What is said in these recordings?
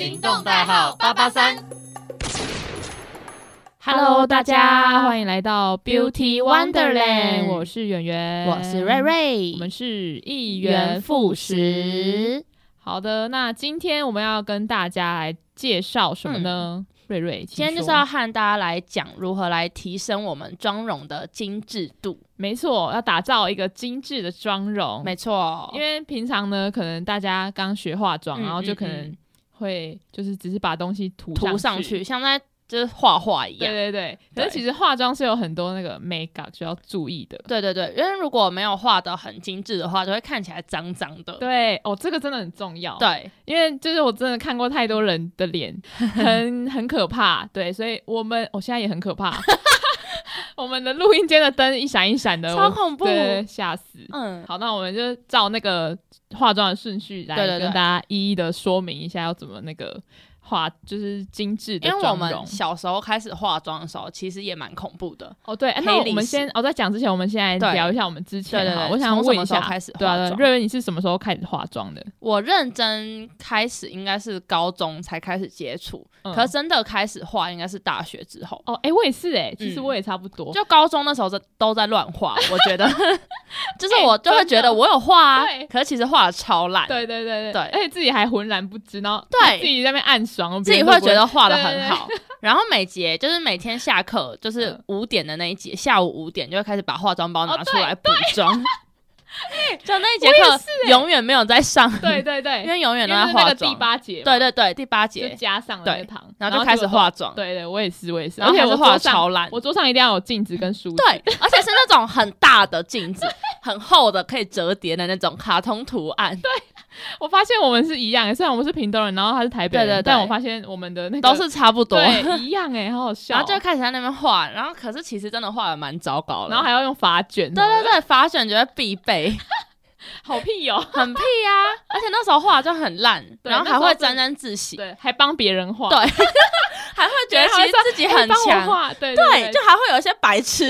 运动代号八八三。 Hello，大家欢迎来到 Beauty Wonderland， Wonderland 我是圆圆，我是瑞，瑞，嗯我们是一元复始。。好的，那今天我们要跟大家来介绍什么呢？瑞瑞，嗯今请天就是说要和大家来讲如何来提升我们妆容的精致度。没错，要打造一个精致的妆容。没错，哦因为为平常呢，可能大家刚学化妆，嗯然后就可能嗯会就是只是把东西涂涂上上去。像在就是画画一对样。对对，可是对其实化妆是有很多那个 makeup 需要注意的。对对对，因为如果没有画的很精致的话，就会看起来脏脏的。对哦，这个真的很重要。，嗯对因为就是我真的看过太多人的 脸，很很可怕。对，所以我们我、哦现在也很可怕。 我们的录音间的灯一闪一闪的，超我恐怖对，吓死。嗯，好，那我们就照那个化妆的顺序来对对对跟大家一一的说明一下要怎么那个化，就是精致的因为我妆容们。小时候开始化妆的时候，其其实也蛮恐怖的。哦，对，黑那我历们史先，哦，在讲之前，我们先来对聊一下我们之前对对哈对我想从什问么一时候下，开始对啊，化对啊妆瑞瑞，你是什么时候开始化妆的？我认真开始应该是高中才开始接触，嗯可是真的开始画应该是大学之后。哦，哎、我也是哎、其实嗯我也差不多。就高中那时候在都在乱 画，我觉得，就是哎我就会觉真的得我有画啊对，可是其实画的超烂，对对对对而且自己还浑然不知，然后对自己在那边暗爽，自别己人都会不觉得画的对对对很 好。然后每节就是每天下课，就是嗯五点的那一节，下午五点就会开始把化妆包哦拿对出来补 妆。就那一节我也课永远没有在上，对，对对，欸 因为永远因都为在是那化个第妆。八节嘛，对对对，第八就节，加上了那个对糖，然后就开始化妆结果。对对，我也是，我也是，然后而且还是我画桌的上，超烂，我桌上一定要有镜子跟梳子。对，而且是那种很大的镜子，很厚的，可以折叠的那种卡通图案，我发现我们是一样欸，虽然我们是屏东人，然后他是台北人，对对对但我发现我们的那个都是差不多。对一样哎，好好笑哦。 然后就开始在那边画，然后可是其实真的画的蛮糟糕的。然后还要用发卷，对对，对，法选觉得必备，好屁哦。 很屁啊呀、而且那时候画就很烂，对然后还那时候会真的沾沾自喜，对，还帮别人画，对还会觉得其实自己哎很帮我强。画，对对，就还会有一些白 痴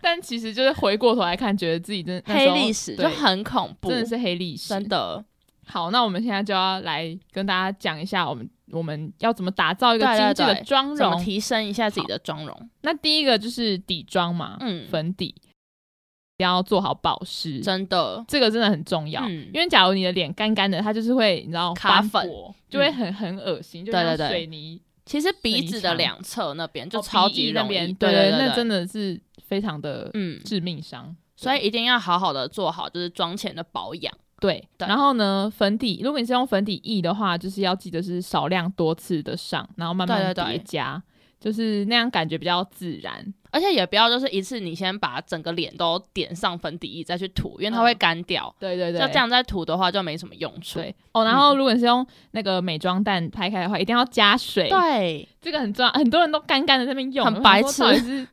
但其实就是回过头来看，觉得自己真的那时黑候历史，对就很恐怖，真的是黑历史，真的好，那我们现在就要来跟大家讲一下，我们我们要怎么打造一个对对精致的对妆怎容。么提升一下自己的妆容？那第一个就是底妆嘛，嗯粉底一定要做好保湿，真的，这个真的很重要。嗯因为假如你的脸干干的，它就是会你知道卡斑粉嗯驳，就会很很恶心，就对像对对水泥其实鼻子水的泥墙两侧那边哦就超鼻级翼那容易，边，对对对，那真的，的是非常的嗯，致命伤。所以一定要好好的做好就是妆前的保养，对，对然后呢，粉底，如果你是用粉底液的话，就是要记得是少量多次的上，然后慢慢对对对叠加，就是那样感觉比较自然。而且也不要就是一次你先把整个脸都点上粉底液再去涂，因为嗯它会干掉。对对对，就这。样嗯再涂的话就没什么用处。对哦，然后如果你是用那个美妆蛋拍开的话，一定要加水，对，这个很重要。 很多人都干干的在那边用，很我想白说痴到底 是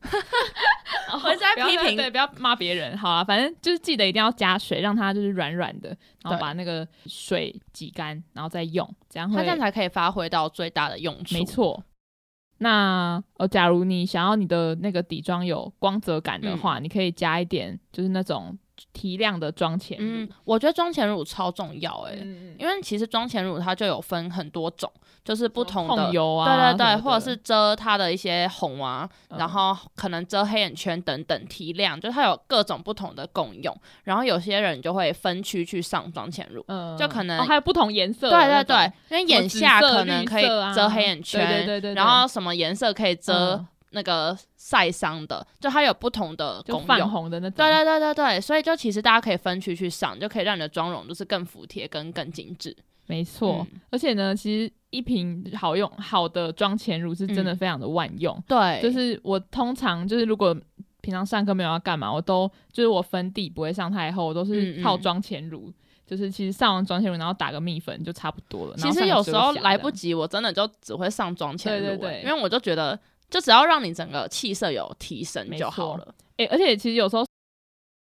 哦我一直在不要批评对，不要骂别人。好啊，反正就是记得一定要加水，让它就是软软的，然后对把那个水挤干，然后再用，这样会它这样才可以发挥到最大的用处。没，错。那呃，假如你想要你的那个底妆有光泽感嗯的话，你可以加一点，就是那种提亮的妆前乳。嗯，我觉得妆前乳超重要诶、嗯，因为其实妆前乳它就有分很多种，就是不同的控。油啊，什对对对，么的或者是遮它的一些红啊，嗯然后可能遮黑眼圈等等提亮，就它有各种不同的共用。然后有些人就会分区去上妆前乳，嗯就可能哦还有不同颜色对的那对种，对，因为眼紫下色可能绿可以色啊遮黑眼圈，对对对对对然后什么颜色可以遮嗯那个晒伤的，就它有不同的就功泛用。红的那种。对啊对对对对，所以就其实大家可以分区去上，就可以让你的妆容就是更服帖跟更精致。没错嗯。而且呢，其实一瓶好用好的妆前乳是真的嗯非常的万用。对就就是是我通常就是如果平常上课没有要干嘛，我都就是我粉底不会上太厚，我都是嗯嗯靠妆前乳。就是其实上完妆前乳，然后打个蜜粉就差不多了。然其后实上有遮时候瑕来这不样，及，我真的就只会上妆前对乳、欸对对因为我就觉得就只要让你整个气色有提升没就好错了。哎、而且其实有时候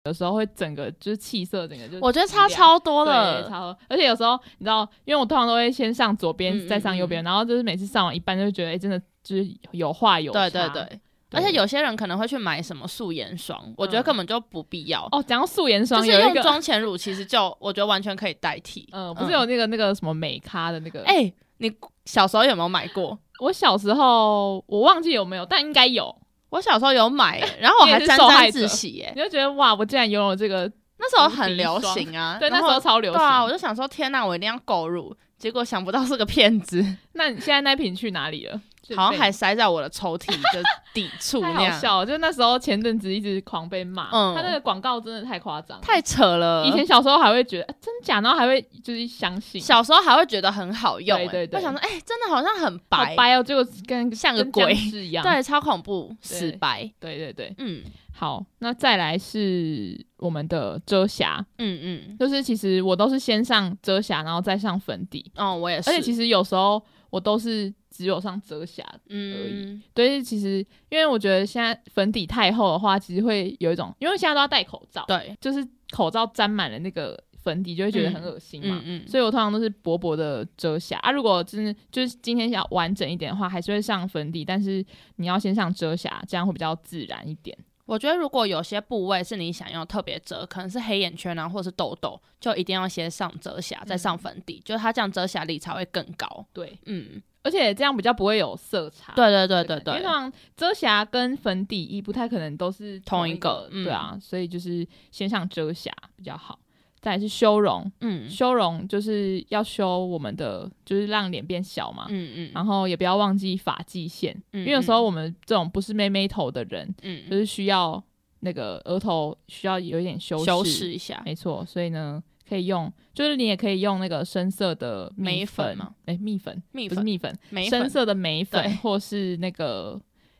有时候会整个就是气色，整个就我觉得低差调超多对，了，差不多。而且有时候你知道，因为我通常都会先上左边，嗯嗯再上右边，然后就是每次上完一半就觉得，哎、真的就是有话有对对差对。而且有些人可能会去买什么素颜霜，我觉得根本就不必要。嗯哦，讲到素颜就霜，是有一用个嗯妆前乳，其实就我觉得完全可以代替。呃，不是有那个那个什么美咖的那个，哎、你小时候有没有买过？我小时候我忘记有没有，但应该有。我小时候有买、欸，然后我你也还是沾受害者沾自喜耶、你就觉得哇，我竟然拥有这个，那时候很流行啊，对，那然时后候超流行。对啊，我就想说天哪，我一定要购入，结果想不到是个骗子，那你现在那瓶去哪里了？就好像被还塞在我的抽屉的底处太那好样，笑了，就那时候前阵子一直狂被骂，嗯他那个广告真的太夸张了，太扯了。以前小时候还会觉得、啊真假，然后还会就是相信，小时候还会觉得很好用、欸，对对对我想说，哎、真的好像很好白，白哦，结果跟像个跟鬼僵尸一样。对，超恐怖，死对白，对对对，嗯好，那再来是我们的遮瑕，嗯嗯，就是其实我都是先上遮瑕，然后再上粉底，哦，我也是，而且其实有时候我都是只有上遮瑕。嗯，对，其实因为我觉得现在粉底太厚的话，其实会有一种，因为现在都要戴口罩，对，就是口罩沾满了那个粉底，就会觉得很恶心嘛。嗯嗯，所以我通常都是薄薄的遮瑕啊。如果真的就是今天想完整一点的话，还是会上粉底，但是你要先上遮瑕，这样会比较自然一点。我觉得如果有些部位是你想要特别遮，可能是黑眼圈啊，或是痘痘，就一定要先上遮瑕，再嗯上粉底，就是它这样遮瑕力才会更高。对，嗯，而且这样比较不会有色差。对对对对啊因为通，对常遮瑕跟粉底液不太可能都是同一一个嗯对啊，所以就是先上遮瑕比较好。再来是修容，嗯修容就是要修我们的，就是让脸变小嘛。嗯嗯，然后也不要忘记发际线，因因为有时候我们这种不是妹妹头的人，就嗯是需要那个额头需要有一点修修饰一下，没错。所以呢，可以用，就是你也可以用那个深色的眉粉粉吗？哎，蜜粉，蜜不是粉、蜜粉，眉深粉，色的眉对粉或是那个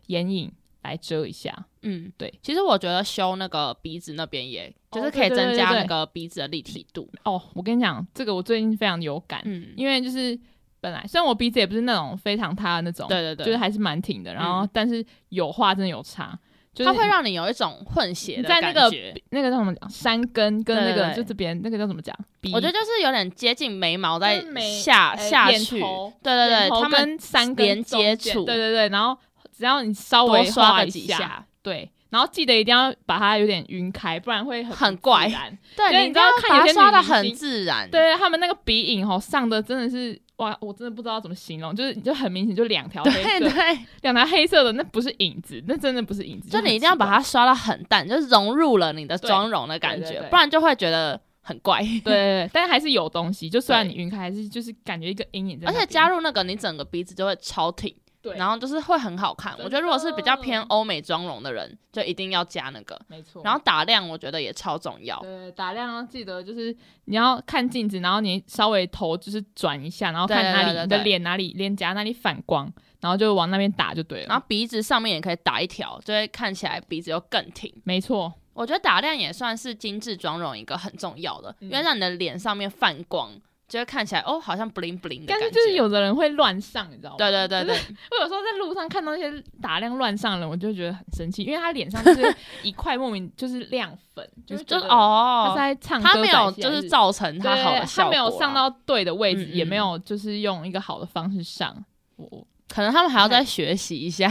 眼影来遮一下。嗯对。其实我觉得修那个鼻子那边也，就是哦可对以对对增加对对那个鼻子的立体度。哦，我跟你讲，这个我最近非常有感，嗯，因为就是本来虽然我鼻子也不是那种非常塌的那种，对对对，嗯就是还是蛮挺的，然后、但是有画真的有差，就是它会让你有一种混血你的在那个感觉。那个叫什么讲山根跟那对个对对就这边那个叫怎么讲，鼻我觉得就是有点接近眉毛在就是眉下呃下眼去，头对对对，眼头他们跟山根连中接间触对对对，然后只要你稍多微刷画了一几下，对，然后记得一定要把它有点晕开，不然会很很不怪自然对，对你你知知道道看看有有些刷女的明很星自然，，对他们那个鼻影吼上的真的是哇，我真的不知道怎么形容，就是就很明显就两条黑哦对色， 对，两条黑色的那不是影子，那真的不是影子，就很你一定要奇怪把它刷的很淡，就是融入了你的对妆容的感对觉对，对不然就会觉得很怪。对对，对但还是有东西，就虽然对你晕开，还是就是感觉一个阴影在那而边，且加入那个，你整个鼻子就会超挺，对，然后就是会很好看。我觉得如果是比较偏欧美妆容的人，就一定要加那个。没错，然后打亮，我觉得也超重要。对，打量要记得就是你要看镜子，然后你稍微头就是转一下，然后看对对哪里对对你的对脸哪里脸颊哪里反光，然后就往那边打就对了。然后鼻子上面也可以打一条，就会看起来鼻子又更挺。没错，我觉得打亮也算是精致妆容一个很重要的，嗯因为让你的脸上面泛光，就会看起来哦，好像 bling bling 的感但觉。是就是有的人会乱上，你知道吗？对对对就对是，我有时候在路上看到那些打亮乱上的人，我就觉得很生气，因为他脸上就是 一块莫名就是亮粉， 就就是是觉就是得他哦是，在唱歌他没有仔戏还就是造成对他好的效他果没啊、有上到对的位置，嗯嗯也没有就是用一个好的方式上，我我可能他们还 要再学习一下，，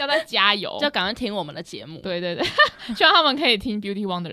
要再加油就赶快听我们的节目。对对 对，希望他们可以听 Beauty Wonder。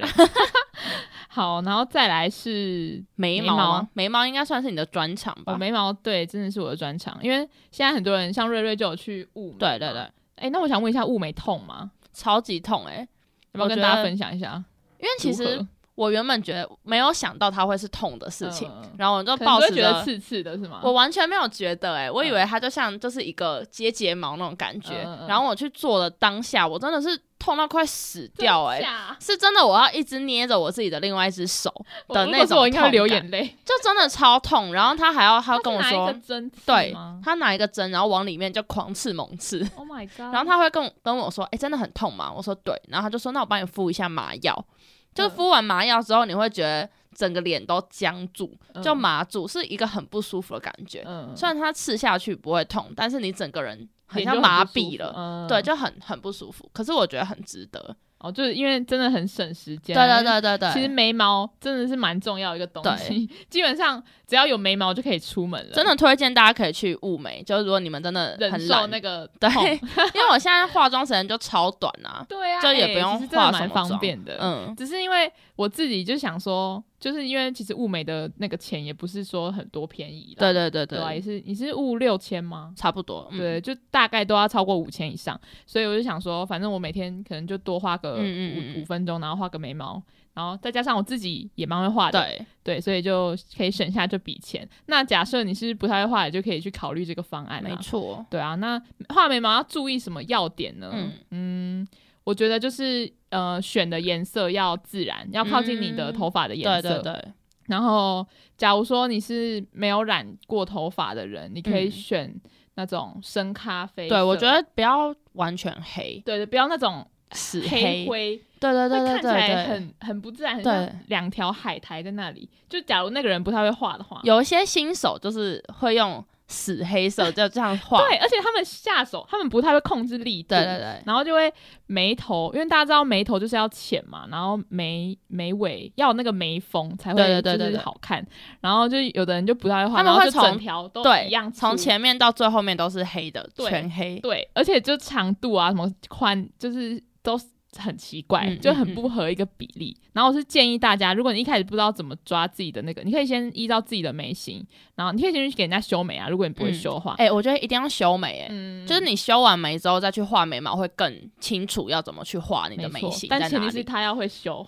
好，然后再来是眉毛啊眉毛应该算是你的专长我吧？眉毛，对，真的是我的专长，因为现在很多人像瑞瑞就有去雾眉，对对对。，哎、那我想问一下，雾眉痛吗？超级痛哎、要不要我跟觉大家得分享一下？因为其实如我原本觉得没有想到它会是痛的事情，嗯嗯嗯然后我就何可能抱都着会觉得刺刺的是吗？我完全没有觉得、欸，我以嗯为它就像就是一个接睫毛那种感觉。嗯嗯嗯然后我去做的当下，我真的是痛到快死掉、欸，哎，哎是真的，我要一直捏着我自己的另外一只手，的那种我应该会痛流感眼泪。就真的超痛。然后他还要他是跟我拿一说个，针刺对吗他拿一个针，然后往里面就狂刺猛刺。 ？Oh my god！然后他会跟我跟我说，哎、真的很痛吗？我说对，然后他就说，那我帮你敷一下麻药。就嗯敷完麻药之后，你会觉得整个脸都僵住，他就麻住，是一个很不舒服的感觉。嗯虽然它刺下去不会痛，但是你整个人很脸像就麻不舒痹服了，嗯对，就很很不舒服。可是我觉得很值得，哦，就是因为真的很省时间对啊。对因为对对对，其实眉毛真的是蛮重要一个东西， 基本上只要有眉毛就可以出门了，真的推荐大家可以去雾眉，就是如果你们真的忍很受懒，那个对痛因为我现在化妆时间就超短啊， 对啊，就也哎不用其实真的化什蛮么方妆便的。嗯只是因为我自己就想说，就是因为其实物美的那个钱也不是说很多便宜啦，对对对对啊，也是你是物六千吗？差不多，嗯对，就大概都要超过五千以上，所以我就想说，反正我每天可能就多画个五五、嗯嗯嗯分钟，然后画个眉毛，然后再加上我自己也蛮会画的，对，对所以就可以省下这笔钱。那假设你是不太会画的，就可以去考虑这个方案没啊。错，对啊，那画眉毛要注意什么要点呢？嗯嗯我觉得就是呃，选的颜色要自然，要靠近你的嗯头发的颜对色。对对，然后，假如说你是没有染过头发的人，你可以嗯选那种深咖啡色。对我觉得不要完全黑，对对，不要那种死黑灰，对对对会看起对对来对。很很不自然，很对像两条海苔在那里。就假如那个人不太会画的话，有一些新手就是会用死黑色就这样画，对，而嗯且他们下手，他们不太会控制力度。对对对然后就会眉头，因为大家知道眉头就是要浅嘛，然后眉眉尾要有那个眉峰才对会对对就对是对好看。然后就有的人就不太会画，他们然后会就整从条都对一样粗，从前面到最后面都是黑的，对全黑。对，而且就长度啊什么宽，就是都是很奇怪，嗯就很不合一个比例。然后我是建议大家，如果你一开始不知道怎么抓自己的那个，你可以先依照自己的眉型，然后你可以先去给人家修眉啊，如果你不会嗯修的话。哎、我觉得一定要修眉、哎、嗯就是你修完眉之后再去画眉毛，会更清楚要怎么去画你没的错，眉形但在哪前提是里。他要会 修，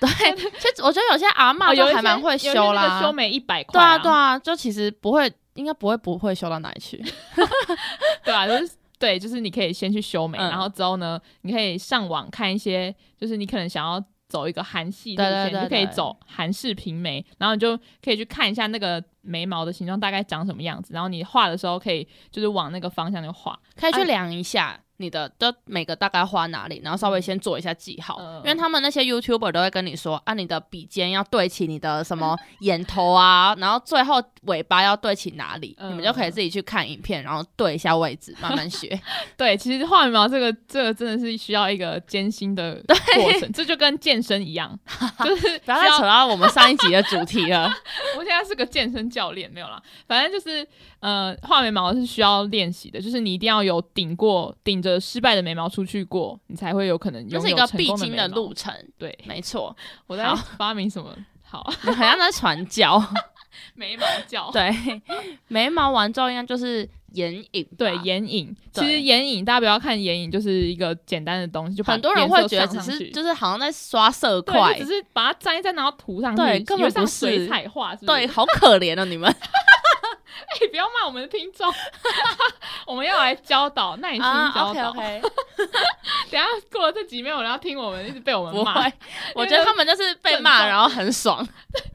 对，其实我觉得有些阿嬷哦就有一还些蛮会有一些那修个啦，修眉一百块，对啊对，啊，就其实不会，应该不会不会修到哪里去。 对啊，就是对，就是你可以先去修眉，嗯然后之后呢，你可以上网看一些，就是你可能想要走一个韩系路线，对对对你就可以对走韩式平眉，然后你就可以去看一下那个眉毛的形状大概长什么样子，然后你画的时候可以就是往那个方向就画。可以去啊量一下你的，就每个大概画哪里，然后稍微先做一下记号，嗯因为他们那些 YouTuber 都会跟你说，啊，你的笔尖要对齐你的什嗯么 眼头啊，然后最后尾巴要对齐哪里，嗯你们就可以自己去看影片，然后对一下位置，慢慢 学。对，其实画眉毛这个这个真的是需要一个艰辛的过程，这就跟健身一样，就是不要再扯到我们上一集的主题 了。我现在是个健身教练，没有啦。反正就是，呃，画眉毛是需要练习的，就是你一定要有顶过、顶着失败的眉毛出去过，你才会有可能这拥是一有个成必功经眉的毛路。程，对，没错，我在好发明什么？好， 你好像在传教。 眉毛教。对，眉毛完之后应该就是眼影吧，对眼影，其实对眼影大家不要看眼影就是一个简单的东西，就把很多人会觉得颜色只上上是去就是好像在刷色对块，就只是把它粘一粘，然后涂上去，对根有本点像不是水彩画，是不是对，好可怜 哦你们。 哎，不要骂我们的听众， 我们要来教导，耐心教 OK 导。 OK，等一下过了这几秒，有人要听我们一直被我们 不骂，会，我觉得他们就是被骂正宗然后很爽，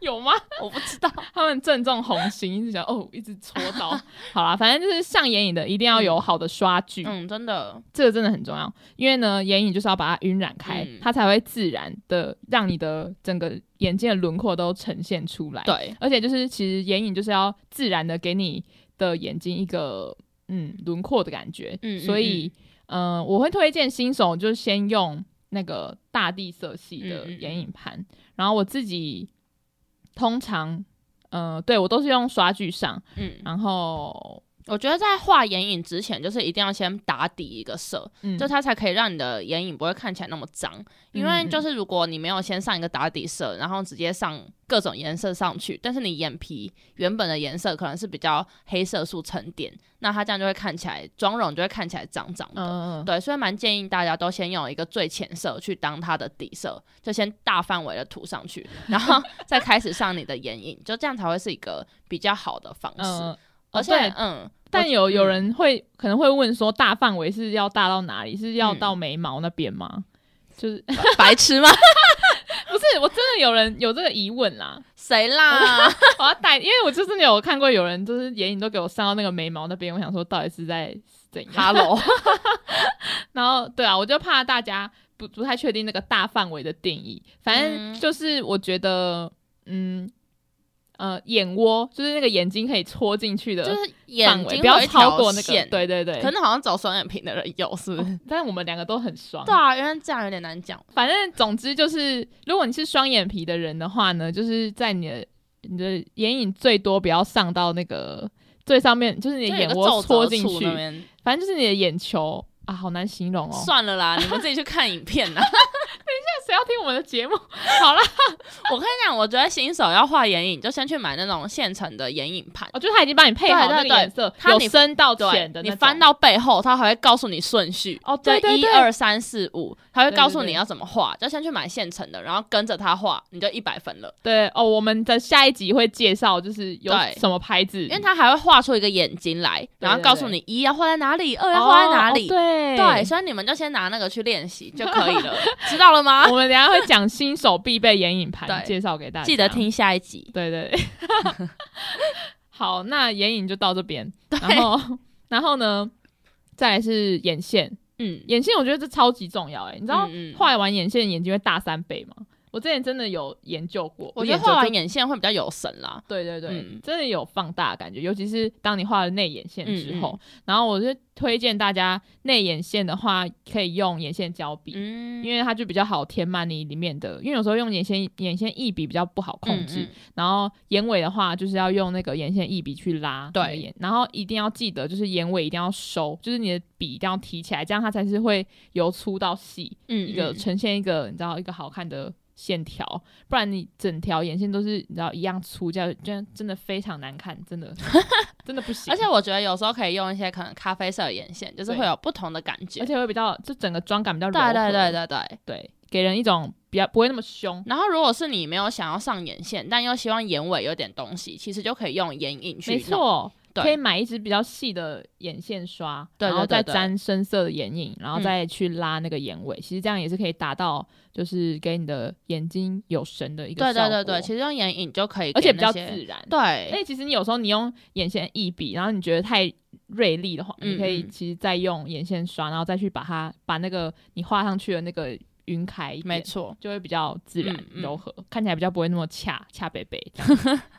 有吗？ 我不知道。他们正中红心，一直想哦，一直戳 刀。好啦，反正就是上眼影的一定要有好的刷具，嗯，真的，这个真的很重要。因为呢，眼影就是要把它晕染开，嗯它才会自然的让你的整个眼睛的轮廓都呈现出来。，对，而且就是其实眼影就是要自然的给你的眼睛一个嗯轮廓的感觉。嗯嗯所以嗯、呃我会推荐新手就先用那个大地色系的嗯嗯嗯眼影盘，然后我自己通常呃对我都是用刷具上，嗯，然后我觉得在画眼影之前，就是一定要先打底一个色，嗯就它才可以让你的眼影不会看起来那么脏。因为就是如果你没有先上一个打底色，然后直接上各种颜色上去，但是你眼皮原本的颜色可能是比较黑色素沉淀，那它这样就会看起来妆容就会看起来脏脏的。嗯对，所以蛮建议大家都先用一个最浅色去当它的底色，就先大范围的涂上去，然后 再开始上你的眼影，就这样才会是一个比较好的方式。嗯，而且对，嗯，但有有嗯 人会可能会问说大范围是要大到哪里？是要嗯到眉毛那边吗？就是 白痴吗？不是我真的有人有这个疑问啦， 谁啦？ 我要带，因为我就真的有看过有人就是眼影都给我上到那个眉毛那边，我想说到底是在怎样？哈 喽，然后对啊，我就怕大家不不太确定那个大范围的定义。反正嗯就是我觉得，嗯呃，眼窝就是那个眼睛可以戳进去的就是范眼围，睛不要会有一超条过那个线。，对对对。可能好像找双眼皮的人有，是不是？但我们两个都很双，对啊，因为这样有点难讲。反正总之就是，如果你是双眼皮的人的话呢，就是在你的你的眼影最多不要上到那个最上面，就是你就的有一眼个窝皱戳褶进处去，那边，反正就是你的眼球啊，好难形容哦。算了啦，你们自己去看影片啦。谁要听我们的节目？好啦， 我跟你讲，我觉得新手要画眼影，就先去买那种现成的眼影盘。我觉得他已经帮你配好对那对个颜色，对有它你深到对浅的，那你种，翻到背后，它还会告诉你顺序。哦，对对一对，二三四五，它会对对告诉对你要怎么画，就先去买现成的，然后跟着它画，你就一百分了。对哦，我们的下一集会介绍就是有对什么牌子，因为它还会画出一个眼睛来，然后对告诉你一要画在哪里，二要画在哪里。哦对对，所以你们就先拿那个去练习就可以了， 知道了吗我？们等一下会讲新手必备眼影盘，对介绍给大家，记得。听下一集。对对对， 好，那眼影就到这边，然后然后呢，再来是眼线，嗯，眼线我觉得这超级重要哎、你知道嗯嗯画完眼线眼睛会大三倍吗？我之前真的有研究过，我觉得研究就画完眼线会比较有神啦。对对对，嗯真的有放大的感觉，尤其是当你画了内眼线之后，嗯然后我就推荐大家内眼线的话，可以用眼线胶笔。嗯因为它就比较好填满你里面的，因为有时候用眼线眼线一笔比较不好控制，嗯嗯然后眼尾的话就是要用那个眼线一笔去拉对那个眼，然后一定要记得就是眼尾一定要收，就是你的笔一定要提起来，这样它才是会由粗到细，嗯一个嗯呈现一个你知道一个好看的线条，不然你整条眼线都是你知道一样粗，这样这样真的非常难看，真的 真的不行，而且我觉得有时候可以用一些可能咖啡色的眼线，就是对会有不同的感觉而。且会比较就整个妆感比较柔对和，对对对对。对给人一种比较不会那么凶。然后如果是你没有想要上眼线，但又希望眼尾有点东西，其实就可以用眼影去没弄。错，对可以买一支比较细的眼线刷，对对然后再对对沾深色的眼影，然后嗯再去拉那个眼尾。其实这样也是可以达到，就是给你的眼睛有神的一个对效对对对，果其实用眼影就可以，而且比较自。自然。对因，为其实你有时候你用眼线一笔，然后你觉得太锐利的话，嗯你可以嗯其实再用眼线刷，然后再去把它把那个你画上去的那个晕开一点没错。就会比较自然、嗯嗯柔和，看起来比较不会那么恰恰北北这样。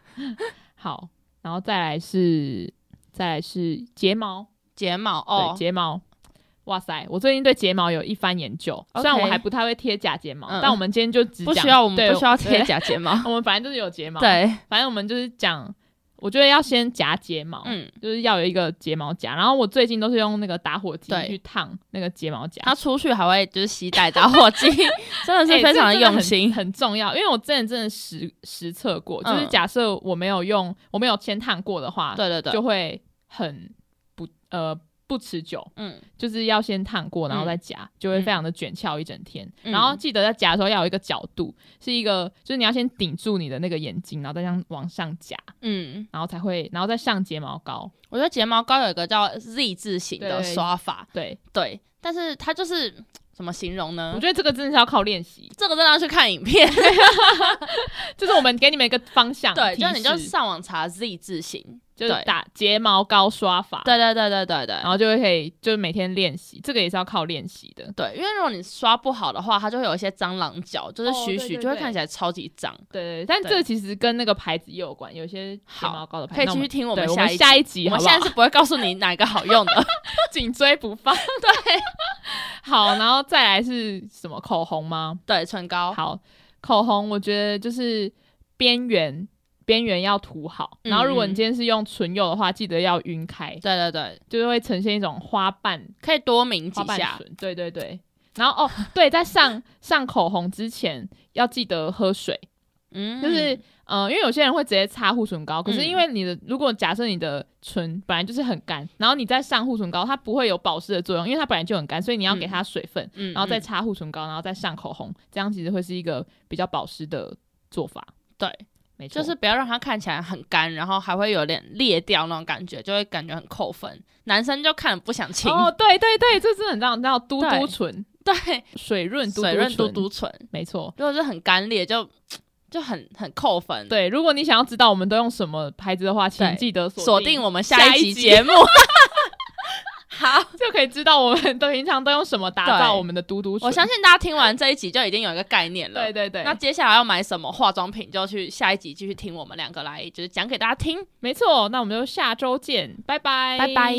好，然后再来是再来是睫毛，睫毛哦对，睫毛。哇塞！我最近对睫毛有一番研究 OK 虽然我还不太会贴假睫毛，嗯但我们今天就只不讲需要，我们对不需要对贴假睫毛。 我们反正就是有睫毛，，对，反正我们就是讲，我觉得要先夹睫毛，嗯，就是要有一个睫毛夹。然后我最近都是用那个打火机对去烫那个睫毛夹，他出去还会就是携带打火机， 哎真的是欸非这常的真的用很心。很重要。因为我之前真的实实测过，就是嗯假设我没有用，我没有先烫过的话，对对对，就会很不呃不持久，嗯，就是要先烫过，然后嗯再夹，就会非常的卷翘一整天。嗯然后记得在夹的时候要有一个角度，是一个就是你要先顶住你的那个眼睛，然后再这样往上夹，嗯，然后才会，然后再上睫毛膏。我觉得睫毛膏有一个叫 Z 字形的对刷法，对，对，但是它就是怎么形容呢我？觉得这个真的是要靠练习，这个真的要去看影片，就是我们给你们一个方向，对，提就是你就示上网查 Z 字形，就是对打睫毛膏刷法，对对对对对对然后就会可以就是每天练习，这个也是要靠练习的。对，因为如果你刷不好的话，它就会有一些蟑螂脚，就是哦许对许，对就会对看起来超级脏。对对，对但对这其实跟那个牌子也有关，有些睫毛膏的牌可子以继续听我那我们对我们下们一下一集。集我好们不现好在？是不会告诉你哪一个好用 的，紧追不 放。对，好，然后再来是什么口红吗？对，唇膏，好，口红我觉得就是边缘边缘要涂好，嗯然后如果你今天是用唇釉的话，记得要晕开，对对对，就是会呈现一种花瓣可以多抿几花瓣下，唇。对对对。然后哦，对，在上 上口红之前要记得喝水，嗯，就是、呃，因为有些人会直接擦护唇膏，可是嗯因为你的、如果假设你的唇本来就是很干，然后你再上护唇膏，它不会有保湿的作用，因为它本来就很干，所以你要给它水分，嗯然后再嗯擦护唇膏，然后再上口红，这样其实会是一个比较保湿的做法。对，没错，就是不要让它看起来很干，然后还会有点裂掉那种感觉，就会感觉很扣分。男生就看了不想亲，哦，对对对，这是很让让嘟嘟对唇 对，水润嘟嘟水润嘟唇嘟，唇，没错。如果是很干裂就就很很扣分。，对，如果你想要知道我们都用什么牌子的话，请嗯对记得锁定定我们下下一一集集节目。 好，就可以知道我们 都平常都用什么打造对我们的嘟嘟唇。我相信大家听完这一集就已经有一个概念了。对对对，那接下来要买什么化妆品，就去下一集继续听我们两个来，就是讲给大家听。没错，那我们就下周见，拜拜，拜拜。